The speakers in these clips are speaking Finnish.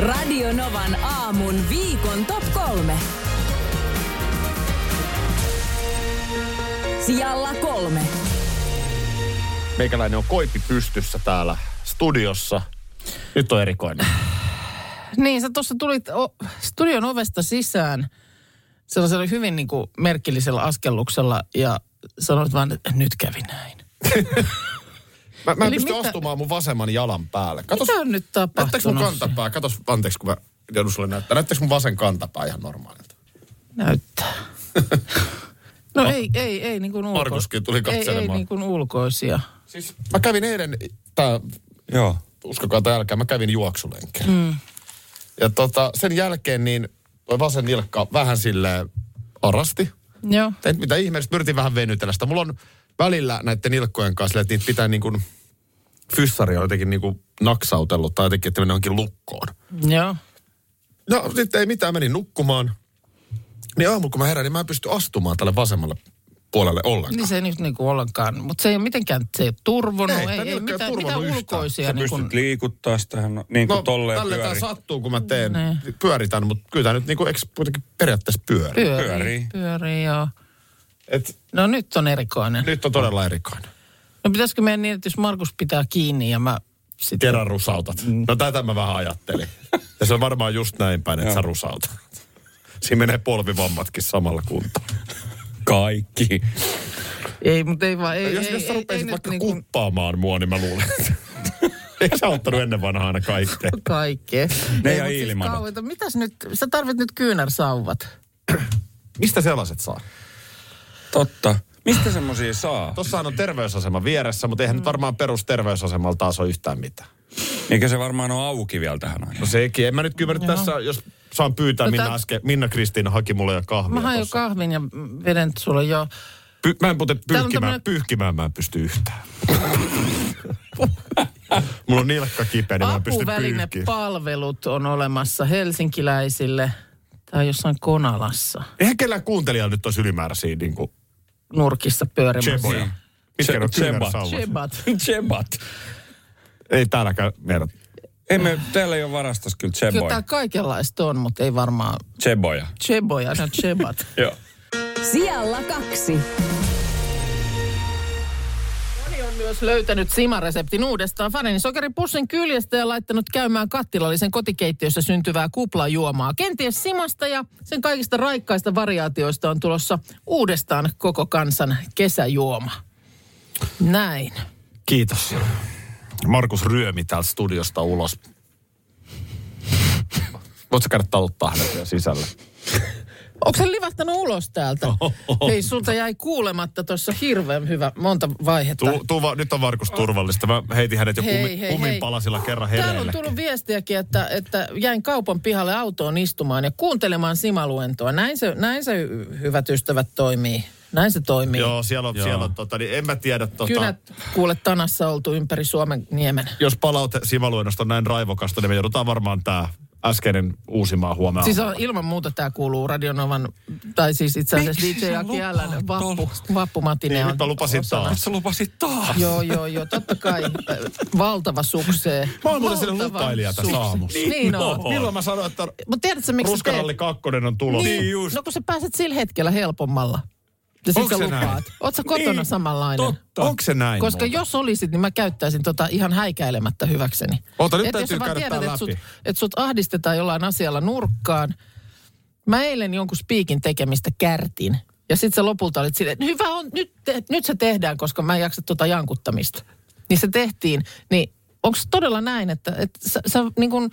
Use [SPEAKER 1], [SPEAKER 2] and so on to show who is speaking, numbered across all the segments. [SPEAKER 1] Radio Novan aamun viikon top kolme. Sijalla kolme.
[SPEAKER 2] Meikäläinen on koipi pystyssä täällä studiossa. Nyt on erikoinen.
[SPEAKER 3] Niin, sä tuossa tulit o- studion ovesta sisään sellaisella hyvin niin kuin merkillisellä askelluksella ja sanoit vaan, että nyt kävi näin.
[SPEAKER 2] Mä, mä en
[SPEAKER 3] Eli
[SPEAKER 2] pysty
[SPEAKER 3] mitä-
[SPEAKER 2] astumaan mun vasemman jalan päälle. Katos,
[SPEAKER 3] Mitä on nyt
[SPEAKER 2] näyttääks mun
[SPEAKER 3] tapahtunut?
[SPEAKER 2] kantapää? Katos, anteeksi kun mä joudun sulle näyttää. Näyttääks mun vasen kantapää ihan normaalilta?
[SPEAKER 3] Näyttää. No, ei, ei, ei niin kuin ulko...
[SPEAKER 2] Markuskin tuli
[SPEAKER 3] Ei, ei
[SPEAKER 2] katselemaan.
[SPEAKER 3] niin kuin ulkoisia.
[SPEAKER 2] Siis mä kävin eilen, tää,
[SPEAKER 4] Joo.
[SPEAKER 2] uskokaa tai älkää, mä kävin juoksulenkillä. Mm. Ja tota, sen jälkeen niin toi vasen nilkka vähän silleen arasti.
[SPEAKER 3] Joo.
[SPEAKER 2] Tein mitä ihmeellistä, mä yritin vähän venytellä sitä. Mulla on välillä näiden nilkkojen kanssa, silleen, että niitä pitää niin kuin, fyssari on jotenkin niin kuin naksautellut tai jotenkin, että menee johonkin lukkoon.
[SPEAKER 3] Joo.
[SPEAKER 2] No sitten ei mitään, menin nukkumaan. Niin aamulla kun mä herään, niin mä en pysty astumaan tälle vasemmalle puolelle ollenkaan.
[SPEAKER 3] Niin se ei nyt niin kuin ollenkaan, mutta se ei ole mitenkään, se ei ole turvonnut,
[SPEAKER 2] Ei,
[SPEAKER 3] ei,
[SPEAKER 2] tää
[SPEAKER 3] ei,
[SPEAKER 2] ei
[SPEAKER 3] ei
[SPEAKER 2] olekaan
[SPEAKER 3] mitään,
[SPEAKER 2] turvonnut
[SPEAKER 3] mitään
[SPEAKER 2] yhtään.
[SPEAKER 3] ulkoisia.
[SPEAKER 4] Sä
[SPEAKER 3] Niin
[SPEAKER 4] pystyt
[SPEAKER 3] kuin,
[SPEAKER 4] liikuttaa sitä no, niin kuin no, tolleen
[SPEAKER 2] tälle tää
[SPEAKER 4] pyöri.
[SPEAKER 2] sattuu, kun mä teen,
[SPEAKER 3] Niin.
[SPEAKER 2] pyöritän, mutta kyllä tää nyt niinku, eks kuitenkin periaatteessa pyöri.
[SPEAKER 3] pyörii, pyörii.
[SPEAKER 4] pyörii.
[SPEAKER 3] pyörii, joo.
[SPEAKER 2] Et
[SPEAKER 3] No nyt on erikoinen.
[SPEAKER 2] nyt on todella erikoinen.
[SPEAKER 3] No pitäisikö meidän niin, että jos Markus pitää kiinni ja mä sitten...
[SPEAKER 2] Kerran rusautat. No tätä mä vähän ajattelin. Ja se on varmaan just näin päin, että sä rusautat. Siinä menee polvivammatkin samalla kuntoon.
[SPEAKER 4] Kaikki.
[SPEAKER 3] Ei, mutta ei vaan, ei,
[SPEAKER 2] No, jos,
[SPEAKER 3] ei,
[SPEAKER 2] jos sä
[SPEAKER 3] ei,
[SPEAKER 2] rupesit vaikka
[SPEAKER 3] nyt
[SPEAKER 2] niinku... kuppaamaan mua, niin mä luulen. että- Eikö sä ottanut ennen vanhaa aina kaikkea?
[SPEAKER 3] kaikkea.
[SPEAKER 4] Ne
[SPEAKER 3] Ei,
[SPEAKER 4] ja
[SPEAKER 3] mut siis
[SPEAKER 4] ilmanot.
[SPEAKER 3] kauheeta. Mitäs nyt, sä tarvit nyt kyynärsauvat.
[SPEAKER 2] Mistä sellaiset saa?
[SPEAKER 4] Totta. Mistä semmosia saa?
[SPEAKER 2] Tossahan on terveysasema vieressä, mutta
[SPEAKER 3] Mm.
[SPEAKER 2] eihän nyt varmaan perusterveisasemalla taas ole yhtään mitään.
[SPEAKER 4] Eikä se varmaan ole auki vielä tähän aikaan.
[SPEAKER 2] No sekin. En mä nyt kyllä nyt tässä, jos saan pyytää, no,
[SPEAKER 3] No
[SPEAKER 2] Minna,
[SPEAKER 3] tää-
[SPEAKER 2] äsken, Minna Kristiina haki mulle jo kahvia
[SPEAKER 3] Mä haen jo
[SPEAKER 2] tossa.
[SPEAKER 3] kahvin ja veden sulle jo.
[SPEAKER 2] Py, mä en muuten
[SPEAKER 3] Täällä on
[SPEAKER 2] pyyhkimään, tämmönen...
[SPEAKER 3] tämmönen-
[SPEAKER 2] pyyhkimään mä en pysty yhtään. Mulla on nilkka kipeä, niin mä en pysty pyyhkimään.
[SPEAKER 3] Apuvälinepalvelut on olemassa helsinkiläisille tai jossain Konalassa
[SPEAKER 2] Eihän kellään kuuntelijalla nyt olisi ylimääräisiä niin kuin
[SPEAKER 3] nurkissa pyörimässä.
[SPEAKER 2] cheboja. Mitkä ne on
[SPEAKER 4] Che- chebat.
[SPEAKER 2] kyynärsauvat?
[SPEAKER 3] Chebat.
[SPEAKER 4] Chebat.
[SPEAKER 2] Ei täälläkään meidän.
[SPEAKER 4] Emme, täällä ei ole varastossa kyllä
[SPEAKER 3] Kyllä tää
[SPEAKER 4] cheboja.
[SPEAKER 3] kaikenlaista on, mutta ei varmaan
[SPEAKER 4] Cheboja.
[SPEAKER 3] cheboja, no chebat.
[SPEAKER 4] Joo.
[SPEAKER 1] Sijalla kaksi.
[SPEAKER 3] Moni on myös löytänyt simareseptin uudestaan Fanenin sokeripussin kyljestä ja laittanut käymään kattilallisen kotikeittiössä syntyvää kuplajuomaa. Kenties simasta ja sen kaikista raikkaista variaatioista on tulossa uudestaan koko kansan kesäjuoma. Näin.
[SPEAKER 2] Kiitos. Markus Ryömi täältä studiosta ulos. Voitko käydä taluttaa hänet vielä sisälle?
[SPEAKER 3] Onko se livahtanut ulos täältä? Hei, sulta jäi kuulematta tuossa hirveän hyvä, monta vaihetta.
[SPEAKER 2] Tuu, tuu, vaan- nyt on Markus turvallista. Mä heitin hänet jo
[SPEAKER 3] Hei,
[SPEAKER 2] kumi,
[SPEAKER 3] hei,
[SPEAKER 2] kumin
[SPEAKER 3] hei.
[SPEAKER 2] palasilla kerran
[SPEAKER 3] Täällä on
[SPEAKER 2] heleelle.
[SPEAKER 3] tullut viestiäkin, että, että jäin kaupan pihalle autoon istumaan ja kuuntelemaan simaluentoa. Näin se, näin se hy- hyvät ystävät toimii. Näin se toimii.
[SPEAKER 2] Joo, siellä on, siellä on tota, niin en mä tiedä tota...
[SPEAKER 3] Kynät kuule tanassa oltu ympäri Suomen niemen.
[SPEAKER 2] jos palaute sivaluennosta on näin raivokasta, niin me joudutaan varmaan tämä äskeinen uusimaa huomenna.
[SPEAKER 3] Siis on, ilman muuta tämä kuuluu Radionovan, tai siis itse asiassa
[SPEAKER 4] Miksi
[SPEAKER 3] DJ
[SPEAKER 4] sä
[SPEAKER 3] Aki
[SPEAKER 4] lupaat
[SPEAKER 3] Älän vappu,
[SPEAKER 4] tollasta?
[SPEAKER 3] vappumatine
[SPEAKER 2] niin,
[SPEAKER 3] on
[SPEAKER 2] nyt mä lupasin
[SPEAKER 3] osana.
[SPEAKER 2] taas.
[SPEAKER 4] Sä lupasit taas.
[SPEAKER 3] Joo, joo, joo, totta kai. Äh, Valtava suksee.
[SPEAKER 2] Mä oon muuten
[SPEAKER 3] Valtava
[SPEAKER 2] sellainen lupailija tässä
[SPEAKER 3] suksee.
[SPEAKER 2] aamussa.
[SPEAKER 3] Niin on.
[SPEAKER 2] Milloin mä sanoin, että
[SPEAKER 3] Mutta tiedätkö, miksi sä
[SPEAKER 2] ruskaralli
[SPEAKER 3] teet-
[SPEAKER 2] kakkonen on tulossa?
[SPEAKER 4] Niin just.
[SPEAKER 3] No kun sä pääset sillä hetkellä helpommalla. Ja sit
[SPEAKER 2] Onks
[SPEAKER 3] sä
[SPEAKER 2] se
[SPEAKER 3] lupaat.
[SPEAKER 2] näin?
[SPEAKER 3] Oot sä kotona
[SPEAKER 4] Niin,
[SPEAKER 3] samanlainen?
[SPEAKER 4] Totta.
[SPEAKER 2] Onko se näin?
[SPEAKER 3] Koska
[SPEAKER 2] muuten?
[SPEAKER 3] jos olisit, niin mä käyttäisin tota ihan häikäilemättä hyväkseni.
[SPEAKER 2] Oota, nyt
[SPEAKER 3] Et jos
[SPEAKER 2] täytyy
[SPEAKER 3] sä vaan
[SPEAKER 2] käydä
[SPEAKER 3] tiedät,
[SPEAKER 2] tää
[SPEAKER 3] että sut,
[SPEAKER 2] läpi.
[SPEAKER 3] et sut ahdistetaan jollain asialla nurkkaan. Mä eilen jonkun spiikin tekemistä kärtin. Ja sit sä lopulta olit silleen, että hyvä on, nyt, te, nyt se tehdään, koska mä en jaksa tota jankuttamista. Niin se tehtiin. Niin onko todella näin, että, että sä, sä niin kun,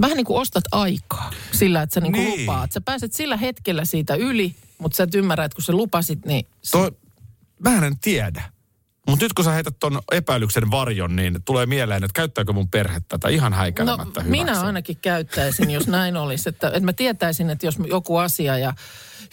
[SPEAKER 3] vähän niin kuin ostat aikaa sillä, että sä niin kuin
[SPEAKER 4] Niin.
[SPEAKER 3] lupaat. Sä pääset sillä hetkellä siitä yli, mutta sä et ymmärrä, että kun sä lupasit, niin...
[SPEAKER 2] Toi, mä en tiedä. Mutta nyt kun sä heität ton epäilyksen varjon, niin tulee mieleen, että käyttääkö mun perhe tätä ihan
[SPEAKER 3] No,
[SPEAKER 2] häikäilemättä hyväksi.
[SPEAKER 3] minä ainakin käyttäisin, jos näin olisi. Että, että mä tietäisin, että jos joku asia ja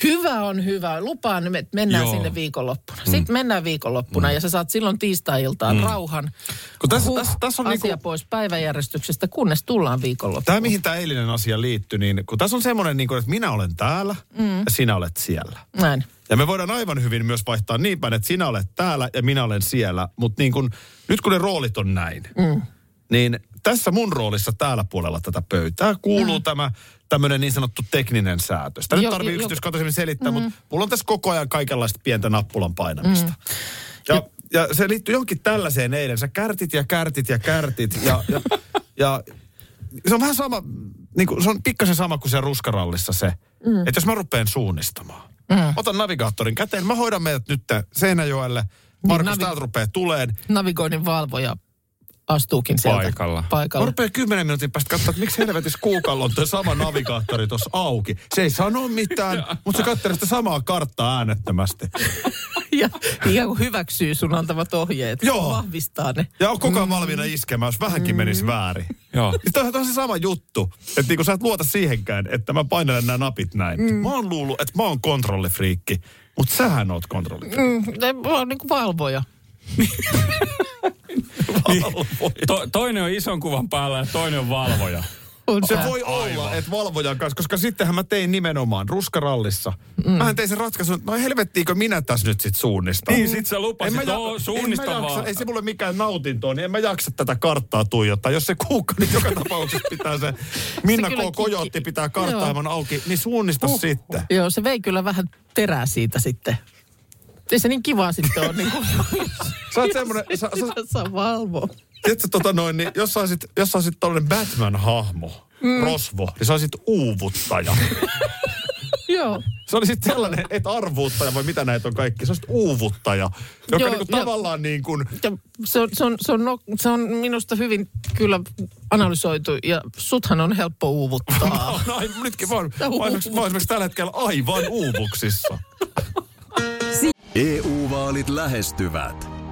[SPEAKER 3] hyvä on hyvä, lupaan, että mennään Joo.
[SPEAKER 4] Joo.
[SPEAKER 3] sinne viikonloppuna. Sitten mennään viikonloppuna mm. ja sä saat silloin tiistai-iltaan mm. rauhan.
[SPEAKER 2] Kun tässä- tässä- tässä on
[SPEAKER 3] asia
[SPEAKER 2] niinku-
[SPEAKER 3] pois päiväjärjestyksestä, kunnes tullaan viikonloppuun.
[SPEAKER 2] Tämä, mihin tämä eilinen asia liittyy, niin kun tässä on semmoinen, niin kuin, että minä olen täällä mm. ja sinä olet siellä.
[SPEAKER 3] Näin.
[SPEAKER 2] Ja me voidaan aivan hyvin myös vaihtaa niin päin, että sinä olet täällä ja minä olen siellä. Mutta niin kun, nyt kun ne roolit on näin, mm. niin tässä mun roolissa täällä puolella tätä pöytää kuuluu mm. tämä tämmöinen niin sanottu tekninen säätös. Tämä
[SPEAKER 3] Jo-
[SPEAKER 2] nyt tarvii
[SPEAKER 3] jo-
[SPEAKER 2] yksityiskohtaisemmin selittää, mm. mutta mulla on tässä koko ajan kaikenlaista pientä nappulan painamista. Mm. Ja, ja se liittyy johonkin tällaiseen eilen. Sä kärtit ja kärtit ja kärtit ja... ja, ja se on vähän sama, niin kuin, se on pikkasen sama kuin se ruskarallissa se, mm. että jos mä rupean suunnistamaan. Mm. Otan navigaattorin käteen, mä hoidan meidät nyt tän Seinäjoelle. Markus,
[SPEAKER 3] navi-
[SPEAKER 2] Niin, navi- täältä rupeaa tuleen.
[SPEAKER 3] Navigoinnin valvoja astuukin sieltä
[SPEAKER 4] Paikalla.
[SPEAKER 2] Mä
[SPEAKER 3] paikalle.
[SPEAKER 2] rupean kymmenen minuutin päästä katsoa, että miksi helvetissä kuukalla on tuo sama navigaattori tuossa auki. Se ei sano mitään, mutta se katselee sitä samaa karttaa äänettömästi.
[SPEAKER 3] Ja ikään kuin hyväksyy sun antavat ohjeet.
[SPEAKER 2] Joo. Mm.
[SPEAKER 3] Vahvistaa ne.
[SPEAKER 2] Ja on koko ajan valmiina iskemään, jos vähänkin menisi väärin.
[SPEAKER 4] Joo.
[SPEAKER 2] Siis Toi, toi on se sama juttu, että niinku sä et luota siihenkään, että mä painelen nämä napit näin. Mm. Mä oon luullut, että mä oon kontrollifriikki, mutta sähän oot kontrollifriikki.
[SPEAKER 3] Mm, ne on niin kuin valvoja.
[SPEAKER 4] To, toinen on ison kuvan päällä ja toinen on valvoja.
[SPEAKER 3] On
[SPEAKER 2] Se
[SPEAKER 3] tää.
[SPEAKER 2] voi olla, että valvojan kanssa, koska sittenhän mä tein nimenomaan ruskarallissa. Mm. Mähän tein sen ratkaisun, että no helvettiinkö minä tässä nyt sit suunnistan.
[SPEAKER 4] Niin, sit sä lupasit,
[SPEAKER 2] En mä
[SPEAKER 4] "Oo,
[SPEAKER 2] en
[SPEAKER 4] suunnista
[SPEAKER 2] mä jaksa,
[SPEAKER 4] vaan."
[SPEAKER 2] Ei se mulle mikään nautintoa, niin en mä jaksa tätä karttaa tuijottaa. Jos se kuukka, niin joka tapauksessa pitää se Minna
[SPEAKER 3] Se
[SPEAKER 2] se
[SPEAKER 3] kyllä
[SPEAKER 2] K. Kojotti
[SPEAKER 3] kikki.
[SPEAKER 2] pitää
[SPEAKER 3] Joo.
[SPEAKER 2] karttaiman auki, niin suunnista huh. sitten.
[SPEAKER 3] Joo, se vei kyllä vähän terää siitä sitten. Ei se niin kivaa sitten on. Niin kuin,
[SPEAKER 2] Sä oot semmonen, sä, sä,
[SPEAKER 3] sitä saa valvoa.
[SPEAKER 2] Tiedätkö, tota noin, niin jos saisit, jos saisit tollanen Batman-hahmo, mm. rosvo, niin saisit uuvuttaja.
[SPEAKER 3] Joo.
[SPEAKER 2] Se oli sitten sellainen, että arvuuttaja vai mitä näitä on kaikki. Se on sitten uuvuttaja, joka
[SPEAKER 3] Joo,
[SPEAKER 2] joo, niinku
[SPEAKER 3] joo.
[SPEAKER 2] tavallaan niin kuin...
[SPEAKER 3] Ja se, on, se, on, se, on, no- se on minusta hyvin kyllä analysoitu ja suthan on helppo uuvuttaa.
[SPEAKER 2] No ei, nytkin vaan,
[SPEAKER 3] Sä
[SPEAKER 2] vaan esimerkiksi, vaan esimerkiksi tällä hetkellä aivan uuvuksissa.
[SPEAKER 5] EU-vaalit E lähestyvät.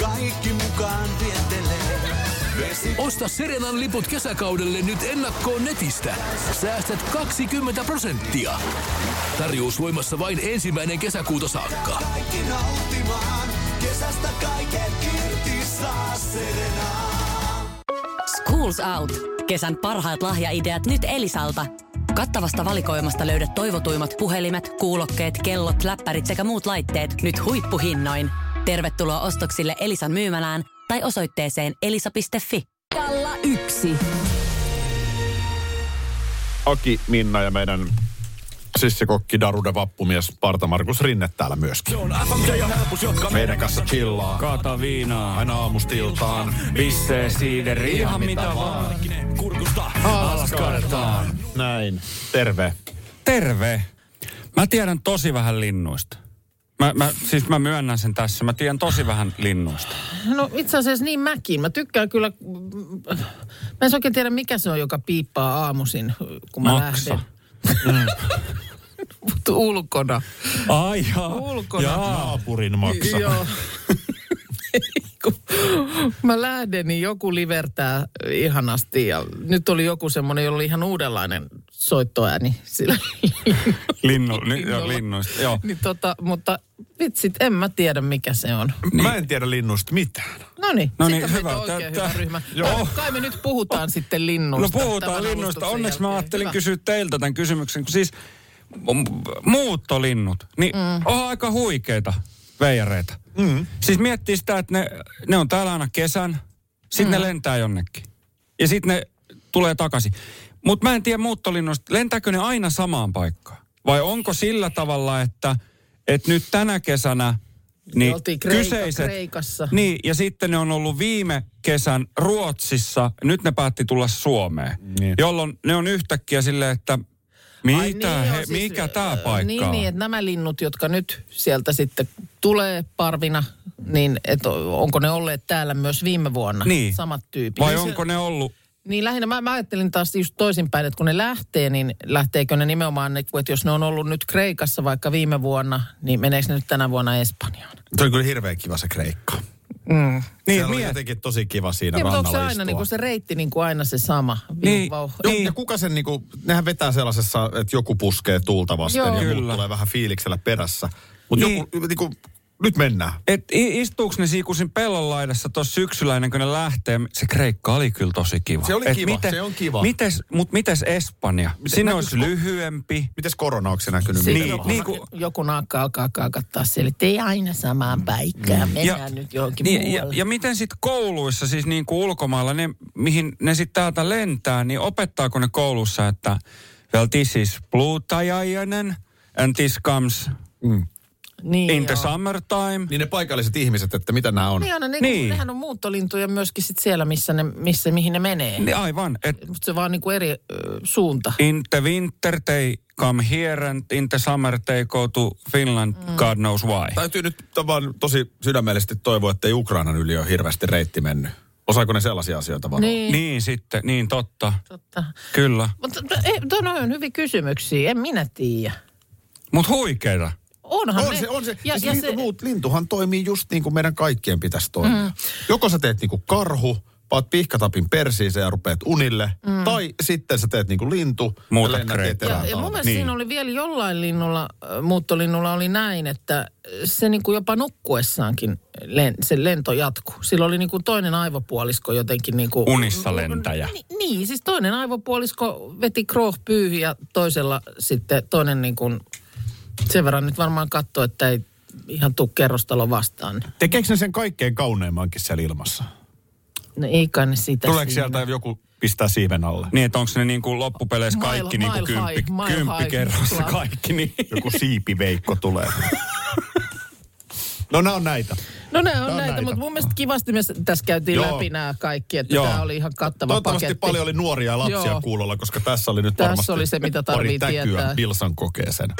[SPEAKER 6] kaikki mukaan vientelee. Vesi...
[SPEAKER 7] Osta Serenan liput kesäkaudelle nyt ennakkoon netistä. Säästät 20 prosenttia. Tarjous voimassa vain ensimmäinen kesäkuuta saakka.
[SPEAKER 6] Kaikki nauttimaan, kesästä kaiken irti saa Serena.
[SPEAKER 1] Schools Out. Kesän parhaat lahjaideat nyt Elisalta. Kattavasta valikoimasta löydät toivotuimmat puhelimet, kuulokkeet, kellot, läppärit sekä muut laitteet nyt huippuhinnoin. Tervetuloa ostoksille Elisan myymälään tai osoitteeseen elisa.fi. Kalla yksi.
[SPEAKER 2] Aki, Minna ja meidän sissikokki Darude Vappumies Parta Markus Rinne täällä myöskin. Meidän kanssa chillaa.
[SPEAKER 4] Kaata viinaa.
[SPEAKER 2] Aina aamustiltaan.
[SPEAKER 4] Pissee siideri, ihan mitä vaan. Alas kartaan.
[SPEAKER 2] Näin. Terve.
[SPEAKER 4] Terve. Mä tiedän tosi vähän linnuista. Mä, mä, siis mä myönnän sen tässä. Mä tiedän tosi vähän linnuista.
[SPEAKER 3] No itse asiassa niin mäkin. Mä tykkään kyllä, mm, mä en oikein tiedä mikä se on, joka piippaa aamuisin, kun mä
[SPEAKER 4] Maksa.
[SPEAKER 3] lähden. Mut ulkona.
[SPEAKER 4] Ai jaa.
[SPEAKER 3] Ulkona.
[SPEAKER 2] Naapurin maksa.
[SPEAKER 3] Joo. Kun mä lähden, niin joku livertää ihanasti ja nyt oli joku semmoinen, jolla oli ihan uudenlainen soittoääni sillä
[SPEAKER 4] Linnu, ni, joo, linnuista. Joo.
[SPEAKER 3] niin tota, mutta vitsit, en mä tiedä mikä se on.
[SPEAKER 2] Niin. Mä en tiedä linnusta mitään.
[SPEAKER 3] No niin,
[SPEAKER 4] No
[SPEAKER 3] siitä
[SPEAKER 4] niin,
[SPEAKER 3] meitä
[SPEAKER 4] hyvä.
[SPEAKER 3] on oikein
[SPEAKER 4] Tää-
[SPEAKER 3] hyvä ryhmä.
[SPEAKER 4] joo.
[SPEAKER 3] Joo. Kai me nyt puhutaan sitten
[SPEAKER 4] No
[SPEAKER 3] linnuista.
[SPEAKER 4] puhutaan
[SPEAKER 3] tämän
[SPEAKER 4] linnuista.
[SPEAKER 3] alustuksen
[SPEAKER 4] Onneksi mä
[SPEAKER 3] jälkeen.
[SPEAKER 4] ajattelin
[SPEAKER 3] Hyvä.
[SPEAKER 4] kysyä teiltä tämän kysymyksen. Kun siis m- muuttolinnut, niin mm. on aika huikeita veijareita. Mm. Siis miettii sitä, että ne, ne on täällä aina kesän, sitten mm. ne lentää jonnekin. Ja sitten ne tulee takaisin. Mutta mä en tiedä muuttolinnoista, lentääkö ne aina samaan paikkaan? Vai onko sillä tavalla, että, että nyt tänä kesänä Niin
[SPEAKER 3] oltiin Kreika- Kreikassa.
[SPEAKER 4] Niin, ja sitten ne on ollut viime kesän Ruotsissa, nyt ne päätti tulla Suomeen. Niin. Jolloin ne on yhtäkkiä silleen, että mitä,
[SPEAKER 3] Ai
[SPEAKER 4] niin,
[SPEAKER 3] joo,
[SPEAKER 4] he, siis, mikä tämä paikka
[SPEAKER 3] Niin,
[SPEAKER 4] on?
[SPEAKER 3] niin, että nämä linnut, jotka nyt sieltä sitten tulee parvina, niin et o- onko ne olleet täällä myös viime vuonna?
[SPEAKER 4] Niin.
[SPEAKER 3] Samat tyypit.
[SPEAKER 4] Vai
[SPEAKER 3] Niin se-
[SPEAKER 4] onko ne ollut
[SPEAKER 3] Niin lähinnä mä, mä ajattelin taas just toisinpäin, että kun ne lähtee, niin lähteekö ne nimenomaan, niin kuin, että jos ne on ollut nyt Kreikassa vaikka viime vuonna, niin meneekö ne nyt tänä vuonna Espanjaan?
[SPEAKER 2] Se on kyllä hirveän kiva se Kreikka.
[SPEAKER 4] Niin,
[SPEAKER 2] se on
[SPEAKER 4] miet-
[SPEAKER 2] jotenkin tosi kiva siinä
[SPEAKER 3] Niin, mutta onko se
[SPEAKER 2] rannalla
[SPEAKER 3] aina
[SPEAKER 2] istua.
[SPEAKER 3] niin kuin se reitti niin kuin aina se sama?
[SPEAKER 4] Niin,
[SPEAKER 3] Vauh-
[SPEAKER 2] Joo,
[SPEAKER 4] Niin.
[SPEAKER 2] ja kuka sen niinku, nehän vetää sellaisessa, että joku puskee tuulta vasten
[SPEAKER 3] Joo.
[SPEAKER 2] ja
[SPEAKER 4] Kyllä.
[SPEAKER 2] muut tulee vähän fiiliksellä perässä. Mutta
[SPEAKER 4] Niin.
[SPEAKER 2] niin. joku, niinku, nyt mennään.
[SPEAKER 4] Et i- istuuks ne siikusin pellon laidassa tuossa syksyllä ennen kuin ne lähtee? Se Kreikka oli kyllä tosi kiva.
[SPEAKER 2] Se oli kiva, se on kiva.
[SPEAKER 4] Mites, mut mites Espanja? Miten, Sinne olisi
[SPEAKER 2] näkyykö-
[SPEAKER 4] lyhyempi.
[SPEAKER 2] Mites korona, onko se näkynyt?
[SPEAKER 3] Sitten
[SPEAKER 4] Niin,
[SPEAKER 3] joku, niin
[SPEAKER 4] niin kuin-
[SPEAKER 3] joku naakka alkaa kaakattaa siellä, että ei aina samaan paikkaan, mennään nyt johonkin
[SPEAKER 4] Mm. niin, ja,
[SPEAKER 3] muualle.
[SPEAKER 4] ja miten sitten kouluissa, siis niin kuin ulkomailla, ne, mihin ne sitten täältä lentää, niin opettaako ne koulussa, että well this is blutajainen and this comes
[SPEAKER 3] niin,
[SPEAKER 4] in the
[SPEAKER 3] joo.
[SPEAKER 4] summertime.
[SPEAKER 2] Niin ne paikalliset ihmiset, että mitä nämä on.
[SPEAKER 3] Niin, aina, ne,
[SPEAKER 4] Niin.
[SPEAKER 3] niin. Nehän on muuttolintuja myöskin sit siellä, missä ne, missä, mihin ne menee.
[SPEAKER 4] Niin aivan, että
[SPEAKER 3] Mutta se vaan niinku eri ö, suunta.
[SPEAKER 4] in the winter they come here and in the summer they go to Finland,
[SPEAKER 3] Mm.
[SPEAKER 4] God knows why.
[SPEAKER 2] Täytyy nyt vaan tosi sydämellisesti toivoa, että ei Ukrainan yli ole hirveästi reitti mennyt. Osaako ne sellaisia asioita vaan?
[SPEAKER 3] Niin, niin.
[SPEAKER 4] Niin sitten, niin totta,
[SPEAKER 3] totta. no,
[SPEAKER 4] kyllä.
[SPEAKER 3] Mutta tuon on hyviä kysymyksiä, en minä tiedä.
[SPEAKER 4] Mut huikeita.
[SPEAKER 3] Onhan
[SPEAKER 2] On
[SPEAKER 3] ne.
[SPEAKER 2] se, on se. Siis
[SPEAKER 3] Ja, ja se,
[SPEAKER 2] muut, lintuhan toimii just niin kuin meidän kaikkien pitäisi toimia. Mm. Joko sä teet niin kuin karhu, paat pihkatapin persiin ja rupeat unille, mm. tai sitten sä teet niin kuin lintu
[SPEAKER 4] Muuta
[SPEAKER 2] ja lennät
[SPEAKER 4] kreikkaa.
[SPEAKER 3] ja,
[SPEAKER 2] etelään
[SPEAKER 3] ja mun
[SPEAKER 2] talvella.
[SPEAKER 3] mielestä niin. siinä oli vielä jollain linnulla, ö, muuttolinnulla oli näin, että se niinku jopa nukkuessaankin len, se lento jatkuu. Sillä oli niinku toinen aivopuolisko jotenkin niinku...
[SPEAKER 4] Unissa lentäjä.
[SPEAKER 3] Ni, niin, siis toinen aivopuolisko veti kroohpyyhi ja toisella sitten toinen niinku... Sen verran nyt varmaan katsoi, että ei ihan tuu kerrostalo vastaan.
[SPEAKER 2] Tekeekö ne sen kaikkein kauneimmankin siellä ilmassa?
[SPEAKER 3] No ei kai ne sitä
[SPEAKER 2] Tuleeko
[SPEAKER 3] siinä.
[SPEAKER 2] sieltä joku pistää siiven alle?
[SPEAKER 4] Niin, että onko ne niin kuin loppupeleissä
[SPEAKER 3] Mile-
[SPEAKER 4] kaikki niin kuin
[SPEAKER 3] mile
[SPEAKER 4] kymppi,
[SPEAKER 3] high, mile
[SPEAKER 4] kymppikerrossa
[SPEAKER 3] high.
[SPEAKER 4] kaikki, niin
[SPEAKER 2] Joku siipiveikko tulee. no nämä on näitä.
[SPEAKER 3] No nämä on
[SPEAKER 2] Tää on
[SPEAKER 3] näitä,
[SPEAKER 2] näitä.
[SPEAKER 3] mutta mun mielestä kivasti me s- tässä käytiin
[SPEAKER 2] Joo.
[SPEAKER 3] läpi nämä kaikki, että
[SPEAKER 4] Joo.
[SPEAKER 3] tämä oli ihan kattava
[SPEAKER 2] Toivottavasti
[SPEAKER 3] paketti.
[SPEAKER 2] paljon oli nuoria ja lapsia
[SPEAKER 3] Joo.
[SPEAKER 2] kuulolla, koska tässä oli nyt
[SPEAKER 3] Tässä
[SPEAKER 2] varmasti
[SPEAKER 3] oli se, mitä
[SPEAKER 2] pari
[SPEAKER 3] tarvii
[SPEAKER 2] täkyä
[SPEAKER 3] tietää.
[SPEAKER 2] Pilsan kokeeseen.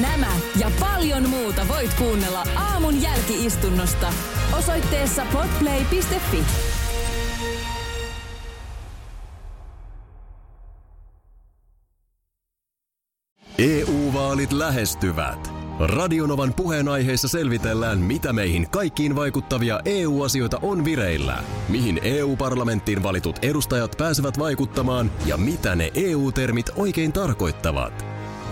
[SPEAKER 1] Nämä ja paljon muuta voit kuunnella aamun jälkiistunnosta osoitteessa podplay.fi.
[SPEAKER 5] EU-vaalit E lähestyvät. Radionovan puheenaiheessa selvitellään, mitä meihin kaikkiin vaikuttavia EU-asioita on vireillä, mihin EU-parlamenttiin valitut edustajat pääsevät vaikuttamaan ja mitä ne EU-termit oikein tarkoittavat.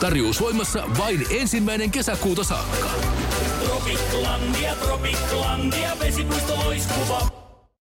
[SPEAKER 7] Tarjous voimassa vain ensimmäinen kesäkuuta saakka.
[SPEAKER 8] Tropiklandia, Tropiklandia, vesipuisto loiskuva.